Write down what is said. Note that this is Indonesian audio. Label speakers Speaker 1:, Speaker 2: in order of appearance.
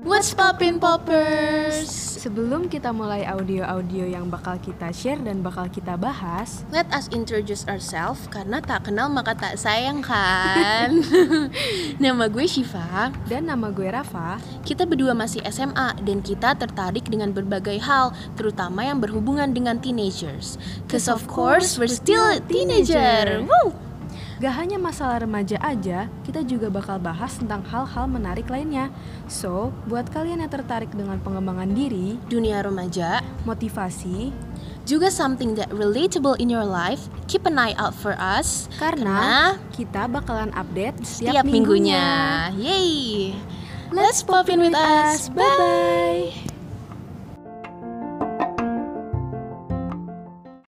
Speaker 1: What's poppin' poppers?
Speaker 2: Sebelum kita mulai audio-audio yang bakal kita share dan bakal kita bahas,
Speaker 1: Let us introduce ourselves karena tak kenal maka tak sayang kan. Nama gue Shiva.
Speaker 2: dan nama gue Rafa,
Speaker 1: Kita berdua masih SMA dan kita tertarik dengan berbagai hal, terutama yang berhubungan dengan teenagers. Cause of course we're still a teenager. Woo!
Speaker 2: gak hanya masalah remaja aja, kita juga bakal bahas tentang hal-hal menarik lainnya. So, buat kalian yang tertarik dengan pengembangan diri,
Speaker 1: Dunia remaja,
Speaker 2: motivasi,
Speaker 1: juga something that relatable in your life. Keep an eye out for us
Speaker 2: karena kita bakalan update
Speaker 1: setiap minggunya. Yay! Let's pop in with us. Bye bye.